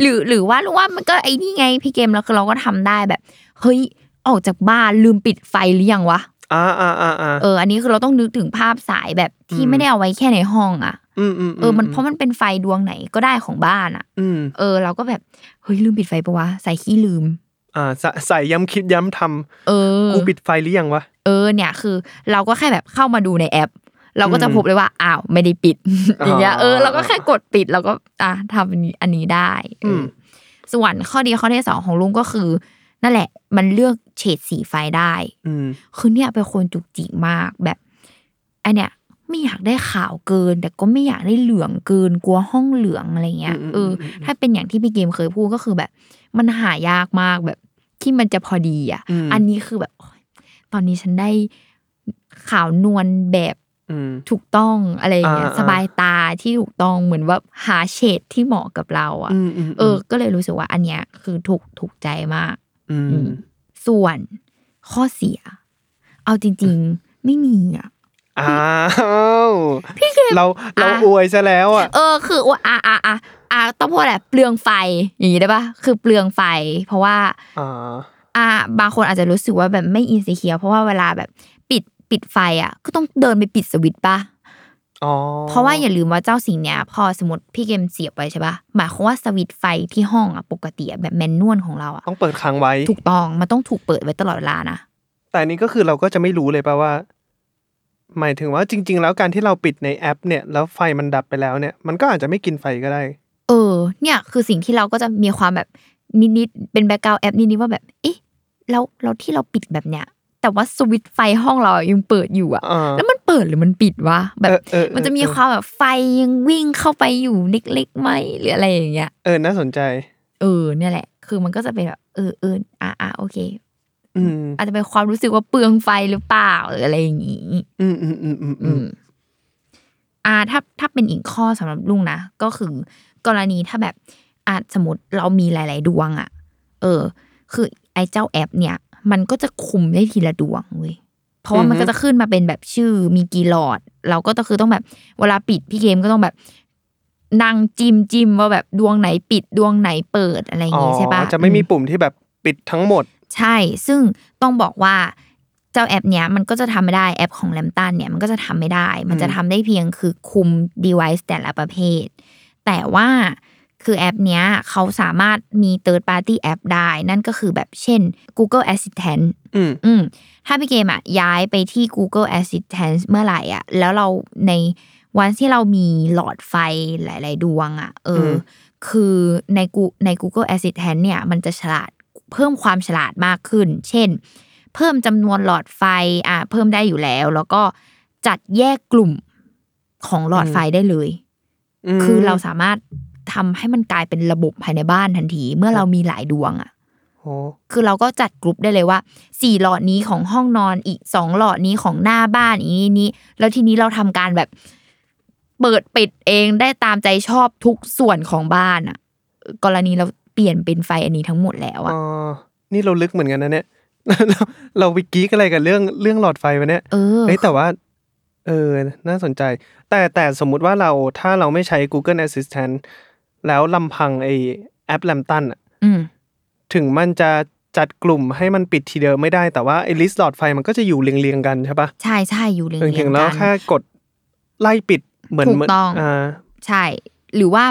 หรือหรือว่ารู้ว่ามันก็ไอ้นี่ไงพี่เกมแล้วคือเราก็ทำได้แบบ เฮ้ยออกจากบ้านลืมปิดไฟหรือยังวะ อ่าอ่าอ่าอ่า เอออันนี้คือเราต้องนึกถึงภาพสายแบบที่ไม่ได้เอาไว้แค่ในห้องอ่ะ อืมอืม เออมันเพราะมันเป็นไฟดวงไหนก็ได้ของบ้านอ่ะ อืม เออ เราก็แบบเฮ้ยลืมปิดไฟปะวะใส่ขี้ลืม อ่าใส่ใส่ย้ำคิดย้ำท เออ ำกูปิดไฟหรือยังวะ เออเนี่ยคือเราก็แค่แบบเข้ามาดูในแอป เราก็จะพบเลยว่าอ้าวไม่ได้ ปิด อ๋อออย่าง เงี้ยเออเราก็แค่กดปิดเราก็อ่ะทำอันนี้อันนี้ได้เอออ ม ส่วนข้อดีข้อที่สองของลุงก็คือ นั่นแหละ มันเลือกเฉดสีไฟได้ อืม คือเนี่ยเป็นคนจุกจิกมากแบบอันเนี้ยไม่อยากได้ขาวเกิน แต่ก็ไม่อยากได้เหลืองเกินกลัวห้องเหลืองอะไรเงี้ย อืมอืม เอออถ้าเป็นอย่างที่พี่เกมเคยพูดก็คือแบบ มันหายากมากแบบที่มันจะพอดีอ่ะ อืม อันนี้คือแบบโอ๊ยตอนนี้ฉันได้ขาวนวลแบบ อืม ถูกต้องอะไรอย่างเงี้ย อ่าอ่า สบายตาที่ถูกต้องเหมือนว่าหาเฉดที่เหมาะกับเราอ่ะ อืมอืม เออ ก็เลยรู้สึกว่าอันเนี้ยคือถูกถูกใจมาก อื อื ม ม ส่วนข้อเสีย เอาจริง ๆ ไม่มีอ่ะ อ้าวพี่เกเราเรา อ่ะ อวยซะแล้วอ่ะ เออ คือว่าอ่ะอ่ะอ่ะอ่ะต้องพูดแหละไรเปลืองไฟอย่างนี้ได้ปะคือเปลืองไฟ เพราะว่า อ่า อ่ะบางคนอาจจะรู้สึกว่าแบบไม่อินสิเคียเพราะว่าเวลาแบบปิดปิดไฟอ่ะ ก็ต้องเดินไปปิดสวิตช์ปะ อ๋อ เพราะว่าอย่าลืมว่าเจ้าสิ่งเนี้ย พอสมมติพี่เกมเสียบไปใช่ปะหมายความว่าสวิตช์ไฟที่ห้องอ่ะปกติอะแบบแมนนวลของเราอ่ะ ต้องเปิดค้างไว้ ถูกต้องมันต้องถูกเปิดไว้ตลอดเวลานะ แต่อันนี้ก็คือเราก็จะไม่รู้เลยป่ะว่า หมายถึงว่าจริง ๆ แล้วการที่เราปิดในแอป เนี่ย แล้วไฟมันดับไปแล้วเนี่ย มันก็อาจจะไม่กินไฟก็ได้ เออ เนี่ยคือสิ่งที่เราก็จะมีความแบบนิดๆเป็นแบ็กกราวแอปนิดๆว่าแบบเอ๊ะแล้วเราที่เราปิดแบบเนี้ย แต่ว่าสวิตช์ไฟห้องเรายังเปิดอยู่อะ อ่า แล้วมันเปิดหรือมันปิดวะแบบ เออเออเออ มันจะมีความแบบไฟยังวิ่งเข้าไปอยู่เล็กๆไหมหรืออะไรอย่างเงี้ย เออน่าสนใจ เออเนี่ยแหละ คือมันก็จะเป็นแบบเออเอออ่ะอ่ะโอเค อืม อาจจะเป็นความรู้สึกว่าเปลืองไฟหรือเปล่าหรืออะไรอย่างงี้ อืมอืมอืมอืม อืมอ่าถ้าถ้าเป็นอีกข้อสำหรับลุงนะ ก็คือ กรณีถ้าแบบอาจสมมติเรามีหลาย ๆ ดวงอะเออ คือไอ้เจ้าแอปเนี่ย มันก็จะคุมได้ทีละดวงเว้ยเพราะว่ามันก็จะขึ้นมาเป็นแบบชื่อมีกี่หลอด เราก็ต้องคือต้องแบบเวลาปิดพี่เกมก็ต้องแบบนั่งจิมจิมว่าแบบดวงไหนปิดดวงไหนเปิดอะไรอย่างงี้ใช่ปะ จะไม่มีปุ่มที่แบบปิดทั้งหมด ใช่ ซึ่งต้องบอกว่าเจ้าแอปเนี้ยมันก็จะทำไม่ได้แอปของแลมตันเนี่ยมันก็จะทำไม่ได้ มันจะทำได้เพียงคือคุม device แต่ละประเภท แต่ว่าคือแอปเนี้ยเขาสามารถมี third party แอปได้ นั่นก็คือแบบเช่น Google Assistant อืม อืมถ้าพี่เกมอะย้ายไปที่ Google Assistant เมื่อไหร่อะแล้วเราในวันที่เรามีหลอดไฟหลาย ๆ ดวงอะเอออ ม คือในกูใน Google Assistant เนี่ยมันจะฉลาดเพิ่มความฉลาดมากขึ้น เช่น เพิ่มจำนวนหลอดไฟอ่ะเพิ่มได้อยู่แล้ว แล้วก็จัดแยกกลุ่มของหลอดไฟได้เลย ม คือเราสามารถทำให้มันกลายเป็นระบบภายในบ้านทันที เมื่อเรามีหลายดวงอะ โอ้ คือเราก็จัดกลุ่มได้เลยว่าสี่หลอดนี้ของห้องนอนอีกสองหลอดนี้ของหน้าบ้านอีกนี้นี้แล้วทีนี้เราทำการแบบเปิดปิดเองได้ตามใจชอบทุกส่วนของบ้านอ่ะ กรณีเราเปลี่ยนเป็นไฟอันนี้ทั้งหมดแล้ว อ๋ อ่ะ อนี่เราลึกเหมือนกันนะเนี่ย เราเราวิกี้อะไรกันเรื่องเรื่องหลอดไฟวะเนี่ย เออ เฮ้ยแต่ว่า เออ น่าสนใจ แต่แต่สมมุติว่าเราถ้าเราไม่ใช้ Google Assistant แล้วลำพังไอแอปแลมตันอะ อืม ถึงมันจะจัดกลุ่มให้มันปิดทีเดียวไม่ได้แต่ว่าไอลิสต์หลอดไฟมันก็จะอยู่เรียงๆกันใช่ปะ ใช่ใช่อยู่เรียง เรียงๆๆแล้ว กัน แค่กดไล่ปิดเหมือน ถูก เหมืน ต้อง อ่า ใช่ หรือว่า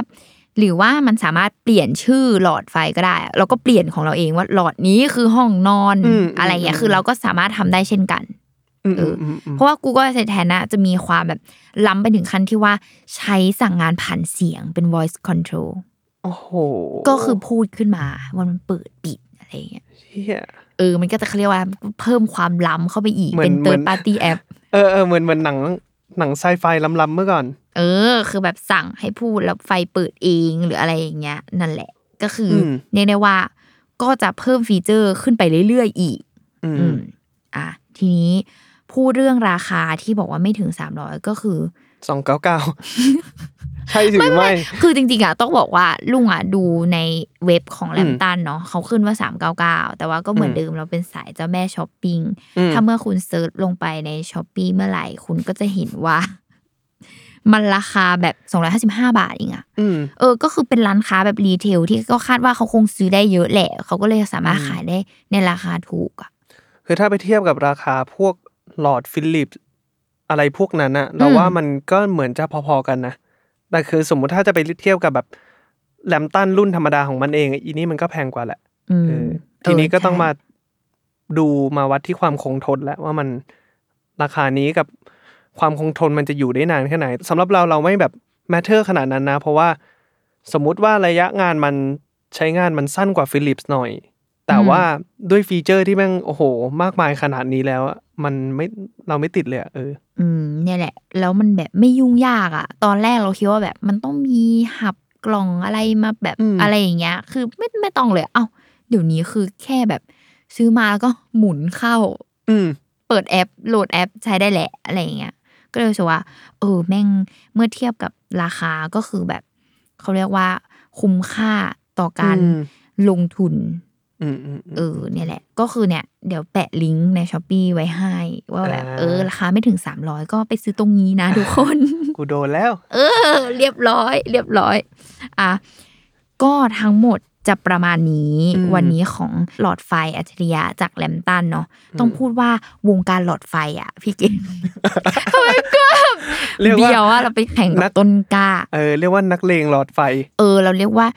หรือว่ามันสามารถเปลี่ยนชื่อหลอดไฟก็ได้อะเราก็เปลี่ยนของเราเองว่าหลอดนี้คือห้องนอน อืม อะไรอย่างเงี้ย อืม คือเราก็สามารถทำได้เช่นกัน อืม เออ อืมอืม เพราะว่า Google Assistant นะจะมีความแบบล้ำไปถึงขั้นที่ว่าใช้สั่งงานผ่านเสียงเป็น voice control โอ้โห ก็คือพูดขึ้นมาว่ามันเปิดปิดอะไรอย่างเงี้ย เหี้ย เออมันก็จะเขาเรียกว่าเพิ่มความล้ำเข้าไปอีก เหมือน เป็น เหมื third อน party app เออเออเหมือนเหมือนหนังหนังไซไฟล้ำๆเมื่อก่อน เออ คือแบบสั่งให้พูดแล้วไฟเปิดเองหรืออะไรอย่างเงี้ย นั่นแหละ ก็คืออ ม เรียกได้ว่าก็จะเพิ่มฟีเจอร์ขึ้นไปเรื่อยๆอีก อืม อืมอ่ะทีนี้พูดเรื่องราคาที่บอกว่าไม่ถึง 300 ก็คือ สองเก้าเก้า ใช่หรือไม่ คือจริงๆอ่ะต้องบอกว่าลุงอ่ะดูในเว็บของแลมตันเนาะเขาขึ้นว่า 399 แต่ว่าก็เหมือน อืม เดิมเราเป็นสายเจ้าแม่ช้อปปิ อื้ ง ม ถ้าเมื่อคุณเซิร์ชลงไปในช้อปปีเมื่อไหร่คุณก็จะเห็นว่า มันราคาแบบ 255 บาทเองอะ อืม เออ ก็คือเป็นร้านค้าแบบรีเทลที่ก็คาดว่าเขาคงซื้อได้เยอะแหละ เขาก็เลยสามารถขายได้ในราคาถูกอะ คือถ้าไปเทียบกับราคาพวกหลอดฟิลิปส์อะไรพวกนั้นอะเราว่ามันก็เหมือนจะพอๆกันนะ แต่คือสมมุติถ้าจะไปเทียบกับแบบแลมตันรุ่นธรรมดาของมันเองอีนี่มันก็แพงกว่าแหละ อืม เออทีนี้ก็ต้อง เใช่ มาดูมาวัดที่ความคงทนแล้วว่ามันราคานี้กับความคงทนมันจะอยู่ได้นานแค่ไหนสำหรับเราเราไม่แบบแมทเทอร์ขนาดนั้นนะ เพราะว่าสมมุติว่าระยะงานมันใช้งานมันสั้นกว่าฟิลิปส์หน่อย แต่ อืม ว่าด้วยฟีเจอร์ที่แม่งโอ้โห มากมายขนาดนี้แล้วอะมันไม่เราไม่ติดเลยอะเออ อืมเนี่ยแหละ แล้วมันแบบไม่ยุ่งยากอะ่ะ ตอนแรกเราคิดว่าแบบมันต้องมีหับกล่องอะไรมาแบบ อืม อะไรอย่างเงี้ย คือไม่ไม่ต้องเลย เอ้า เดี๋ยวนี้คือแค่แบบซื้อมาแล้วก็หมุนเข้า อืม เปิดแอปโหลดแอปใช้ได้แหละอะไรอย่างเงี้ย ก็เลยรู้สึกว่า เออแม่งเมื่อเทียบกับราคาก็คือแบบ เขาเรียกว่าคุ้มค่าต่อการ อืม ลงทุน อืมอืมอืม เออเนี่ยแหละก็คือเนี่ย เดี๋ยวแปะลิงก์ในช้อปปีไว้ให้ ว่าแบบ อ่า เออ ราคาไม่ถึง 300 ก็ไปซื้อตรงนี้นะ ทุกคน กูโดนแล้ว เออ เรียบร้อย เรียบร้อย อ่ะ ก็ทั้งหมดจะประมาณนี้ อืม วันนี้ของหลอดไฟอัจฉริยะจากแลมตันเนาะต้องพูดว่าวงการหลอดไฟอ่ะ พี่เก ณฑ์ ทำไมก็แบบ เรียกว่า เดียวอ่ะเราไปแข่งกั นั บ ก ต้นกล้า เออเรียกว่านักเลงหลอดไฟ เออเราเรียกว่า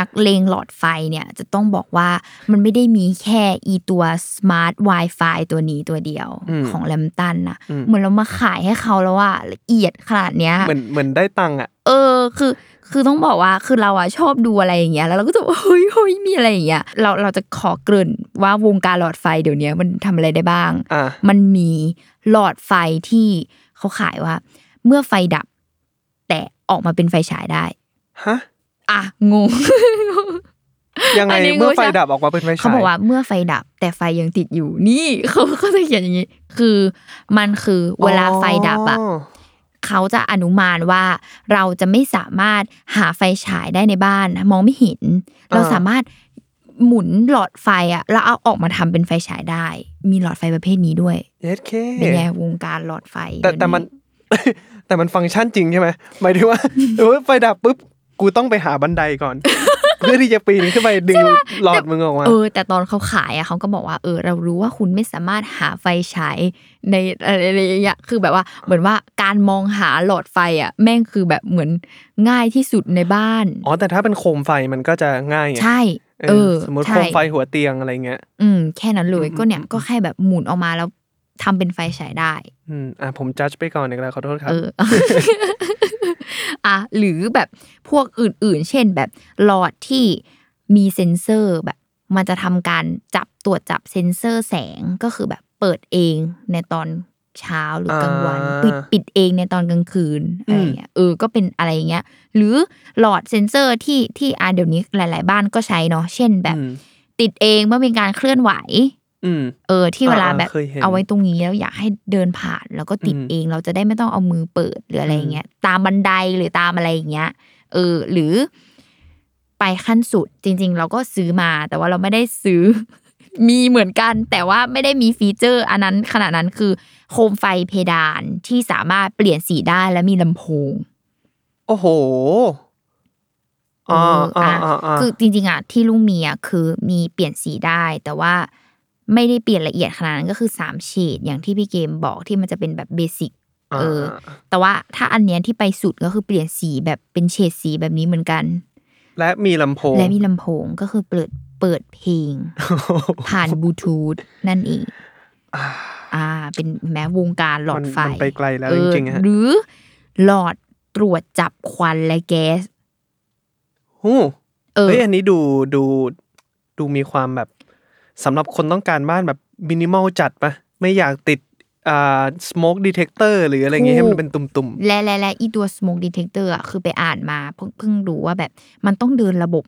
นักเลงหลอดไฟเนี่ยจะต้องบอกว่ามันไม่ได้มีแค่อีตัว smart wifi ตัวนี้ตัวเดียว อืม ของแลมตันนะ อืม เหมือนเรามาขายให้เขาแล้วว่าละเอียดขนาดเนี้ย เหมือนเหมือนได้ตังค์อ่ะ เออคือคือต้องบอกว่าคือเราอะชอบดูอะไรอย่างเงี้ยแล้วเราก็จะ บอกเฮ้ยเฮ้ยมีอะไรอย่างเงี้ยเราเราจะขอเกริ่นว่าวงการหลอดไฟเดี๋ยวนี้มันทำอะไรได้บ้าง อ่ะ มันมีหลอดไฟที่เขาขายว่า เมื่อไฟดับ แต่ออกมาเป็นไฟฉายได้ ฮะ อ่ะงง ยังไง อันนี้ เมื่อไฟ งูใช่ ดับออกมาเป็นไฟฉาย เขาบอกว่าเมื่อไฟดับแต่ไฟยังติดอยู่นี่ เขาเขาจะเขียนอย่างนี้ คือมันคือเวลาไฟดับอ่ะเขาจะอนุมานว่า เราจะไม่สามารถหาไฟฉายได้ในบ้าน มองไม่เห็น เราสามารถ หมุนหลอดไฟอะแล้วเอาออกมาทำเป็นไฟฉายได้ มีหลอดไฟประเภทนี้ด้วย เย็ดเค เป็นไงวงการหลอดไฟ แต่ เดี๋ยว แต่มัน แต่มันฟังก์ชันจริงใช่ไหมหมายถึง ว่า เออไฟดับปุ๊บกูต้องไปหาบันไดก่อน เพื่อที่จะปีนขึ้นไปดึงหลอดมึงออกมา เออ แต่ตอนเขาขายอะเขาก็บอกว่าเออ เรารู้ว่าคุณไม่สามารถหาไฟฉายในอะไรอย่างเงี้ยคือแบบว่าเหมือนว่าการมองหาหลอดไฟอะแม่งคือแบบเหมือนง่ายที่สุดในบ้าน อ๋อแต่ถ้าเป็นโคมไฟมันก็จะง่ายไง ใช่ เอ เอ อ อ สมมติ ใช่ โคมไฟหัวเตียงอะไรเงี้ย อืมแค่นั้นเลย อืม ก็เนี่ย อืม ก็แค่แบบหมุนออกมาแล้วทำเป็นไฟฉายได้ อืมอ่ะผมจัดไปก่อนอีกแล้วขอโทษครับ เออ อ่ะหรือแบบพวกอื่นๆ เช่นแบบหลอดที่มีเซ็นเซอร์แบบ มันจะทำการจับตรวจจับเซ็นเซอร์แสงก็คือแบบเปิดเองในตอนเช้าหรือกลางวัน อ่า ปิดปิดเองในตอนกลางคืน อืม อะไรอย่างเงี้ยเออก็เป็นอะไรอย่างเงี้ย หรือหลอดเซ็นเซอร์ที่ที่อ่ะเดี๋ยวนี้หลาย ๆ บ้านก็ใช้เนาะเช่นแบบ อืม ติดเองเมื่อมีการเคลื่อนไหว อืม เออที่เวลา อ่าๆ แบบ เคยเห็น เอาไว้ตรงนี้แล้วอยากให้เดินผ่านแล้วก็ติด อืม เองเราจะได้ไม่ต้องเอามือเปิดหรืออะไรอย่างเงี้ยตามบันไดหรือตามอะไรอย่างเงี้ยเออหรือไปขั้นสุดจริง ๆ เราก็ซื้อมา แต่ว่าเราไม่ได้ซื้อ มีเหมือนกัน แต่ว่าไม่ได้มีฟีเจอร์ อันนั้นขนาดนั้นคือโคมไฟเพดานที่สามารถเปลี่ยนสีได้และมีลำโพง โอ้โหอ่าอ่าอ่าอ่า คือจริงๆอ่ะที่ลุงมีอ่ะคือมีเปลี่ยนสีได้ แต่ว่าไม่ได้เปลี่ยนละเอียดขนาดนั้นก็คือสามเฉดอย่างที่พี่เกมบอกที่มันจะเป็นแบบเบสิก เออ แต่ว่าถ้าอันเนี้ยที่ไปสุดก็คือเปลี่ยนสีแบบเป็นเฉดสีแบบนี้เหมือนกัน และมีลำโพง และมีลำโพงก็คือเปิดเปิดเพล ง ผ่านบลูทูธนั่นเองอ่า เป็นแม้วงการหลอดไฟ มันมันไปไกลแล้ว เออ จริงๆฮะ หรือหลอดตรวจจับควันและแก๊ส หู เออ เฮ้ยอันนี้ดูดูดูมีความแบบสำหรับคนต้องการบ้านแบบมินิมอลจัดปะไม่อยากติดอ่าสโมกดีเทคเตอร์หรืออะไรเงี้ยให้มันเป็นตุ่ม และและและอีตัว smoke detector อ่ะคือไปอ่านมาเพิ่งเพิ่งรู้ว่าแบบ มันต้องเดินระบบ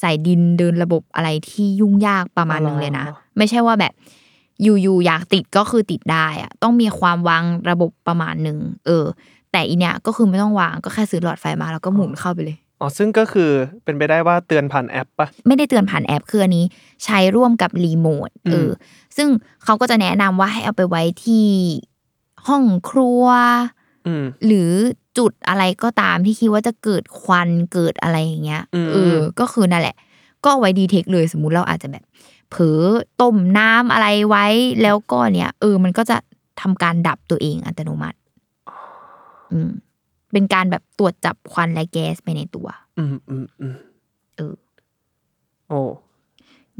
สายดินเดินระบบอะไรที่ยุ่งยากประมาณ อ๋อ นึงเลยนะ เหรอ ไม่ใช่ว่าแบบ อยู่ๆอยากติดก็คือติดได้อ่ะต้องมีความวางระบบประมาณหนึ่งเออ แต่อีเนี้ยก็คือไม่ต้องวางก็แค่ซื้อหลอดไฟมาแล้วก็หมุนเข้าไปเลย ๆอ๋อซึ่งก็คือเป็นไปได้ว่าเตือนผ่านแอปปะ ไม่ได้เตือนผ่านแอปคืออันนี้ใช้ร่วมกับรีโมทเอออ ม ซึ่งเขาก็จะแนะนำว่าให้เอาไปไว้ที่ห้องครัว อืม หรือจุดอะไรก็ตามที่คิดว่าจะเกิดควันเกิดอะไรอย่างเงี้ย อืม เออ ก็คือนั่นแหละ ก็เอาไว้ดีเทคเลยสมมุติเราอาจจะแบบ เผลอต้มน้ำอะไรไว้แล้วก็เนี่ย เออ มันก็จะทำการดับตัวเองอัตโนมัติ อืม เป็นการแบบตรวจจับควันและแก๊สไปในตัว อืมอืมอืม เออ โอ้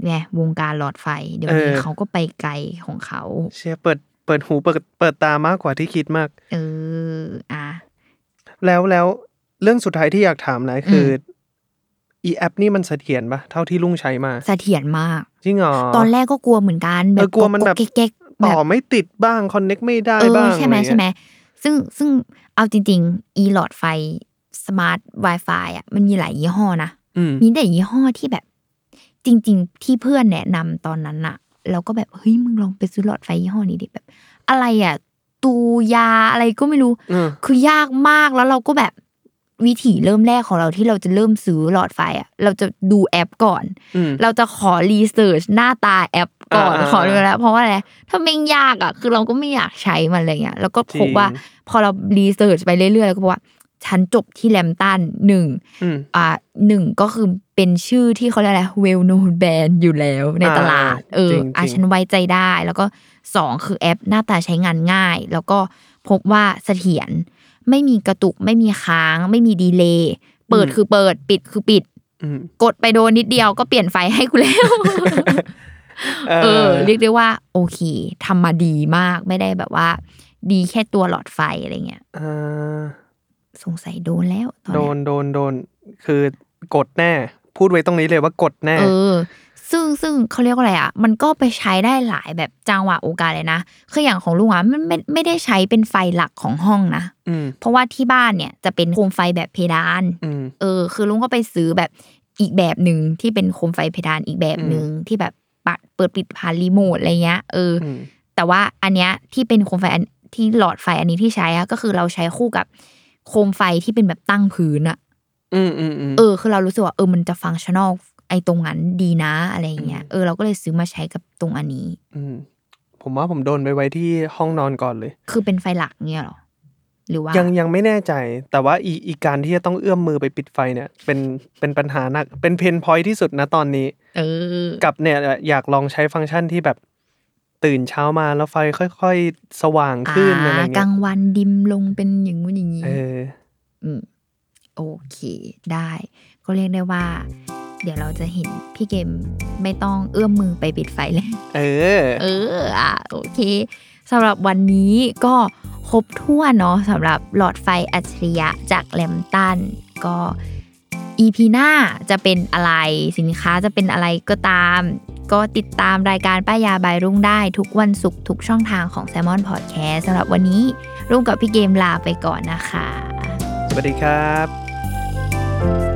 เนี่ยวงการหลอดไฟ เดี๋ยวนี้ เออ เขาก็ไปไกลของเขา เชียเปิดเปิดหูเปิดเปิดตามากกว่าที่คิดมาก เออ อ่ะ แล้วแล้วเรื่องสุดท้ายที่อยากถามนะคือออีแอปนี่มันเสถียรปะเท่าที่ลุงใช้มา เสถียรมาก จริงเหรอ ตอนแรกก็กลัวเหมือนกันแบ เออบ กลัวมันแบบ กกเก๊กๆ ต่ แบ อบ ไม่ติดบ้างคอนเน็กไม่ได้ เอ บ้าง อใช่ไหม อะไรเงี้ย ใช่ไหมซึ่งซึ่งเอาจริง ๆ อีหลอดไฟสมาร์ท Wi-Fi อ่ะมันมีหลายยี่ห้อนะ อืม มีแต่ยี่ห้อที่แบบ จริง ๆ ที่เพื่อนแนะนำตอนนั้นอะเราก็แบบเฮ้ยมึงลองไปซื้อหลอดไฟยี่ห้อนี้ดิแบบ อะไรอ่ะตูยาอะไรก็ไม่รู้ เออ คือยากมากแล้วเราก็แบบวิถีเริ่มแรกของเราที่เราจะเริ่มซื้อหลอดไฟอะเราจะดูแอปก่อน อืม เราจะขอรีเสิร์ชหน้าตาแอปก่อน อ่าๆ ขอดูแล้ว เพราะว่าอะไรถ้าไม่งยากอ่ะ คือเราก็ไม่อยากใช้มันอะไรเงี้ยแล้วก็พ จริ บ ง ว่าพอเรารีเสิร์ชไปเรื่อยๆแล้วก็บอกว่า ฉันจบที่แลมตันหนึ่ง อืม อ่าหนึ่งก็คือเป็นชื่อที่เขาเรียกอะไรเวลโนนแบรนด์อยู่แล้วในตลาด อ่า เออ จริงๆ อ่ะฉันไว้ใจได้ แล้วก็สองคือแอปหน้าตาใช้งานง่าย แล้วก็พบว่าเสถียรไม่มีกระตุกไม่มีค้าง ไม่มีดีเลย์เปิดคือเปิดปิดคือปิด อืม กดไปโดนนิดเดียวก็เปลี่ยนไฟให้กูแล้ว เออ เรียกได้ว่าโอเคทำมาดีมากไม่ได้แบบว่า ดีแค่ตัวหลอดไฟอะไรเงี้ย อ่า สงสัยโดนแล้วตอน โด เนี้ย นโดนโดนคือกดแน่ พูดไว้ตรงนี้เลยว่ากดแน่ เออ ซึ่งซึ่งเขาเรียกว่าอะไรอ่ะ มันก็ไปใช้ได้หลายแบบจังหวะโอกาสเลยนะคืออย่างของลุงอ่ะมันไม่ไม่ได้ใช้เป็นไฟหลักของห้องนะ อืม เพราะว่าที่บ้านเนี่ยจะเป็นโคมไฟแบบเพดาน อืม เออคือลุงก็ไปซื้อแบบอีกแบบหนึ่งที่เป็นโคมไฟเพดานอีกแบบหนึ่งที่แบบปัดเปิดปิดผ่านรีโมทอะไรเงี้ยเอออ ม แต่ว่าอันเนี้ยที่เป็นโคมไฟอันที่หลอดไฟอันนี้ที่ใช้อะก็คือเราใช้คู่กับโคมไฟที่เป็นแบบตั้งพื้นอะ อืมอืมอืม เออคือเรารู้สึกว่าเออมันจะฟังชั่นอล ไอ้ตรงนั้นดีนะอะไรอย่างเงี้ยเออเราก็เลยซื้อมาใช้กับตรงอันนี้ อืมผมว่าผมโดนไปไว้ที่ห้องนอนก่อนเลย คือเป็นไฟหลักเนี่ยเหรอ หรือว่า ยังยังไม่แน่ใจ แต่ว่าอีอีการที่จะต้องเอื้อมมือไปปิดไฟเนี่ย เป็นเป็นปัญหาหนัก เป็นเพนพอยที่สุดนะตอนนี้ เออ กับเนี่ยอยากลองใช้ฟังก์ชันที่แบบตื่นเช้ามาแล้วไฟค่อยๆ สว่างขึ้น อ่า อะไรเงี้ กลาย งวันดิมลงเป็นอย่างงู้นอย่างนี้ เออ อืมโอเคได้ ก็เรียกได้ว่า เดี๋ยวเราจะเห็นพี่เกมไม่ต้องเอื้อมมือไปปิดไฟแล้ว เออ เอออ่ะโอเคสำหรับวันนี้ก็ครบถ้วนเนาะสำหรับหลอดไฟอัจฉริยะจากแลมตันก็ EP หน้าจะเป็นอะไรสินค้าจะเป็นอะไรก็ตาม ก็ติดตามรายการป้ายาบายรุ่งได้ทุกวันศุกร์ทุกช่องทางของ s ซ l m o n Podcast สำหรับวันนี้รุ่งกับพี่เกมลาไปก่อนนะคะ สวัสดีครับ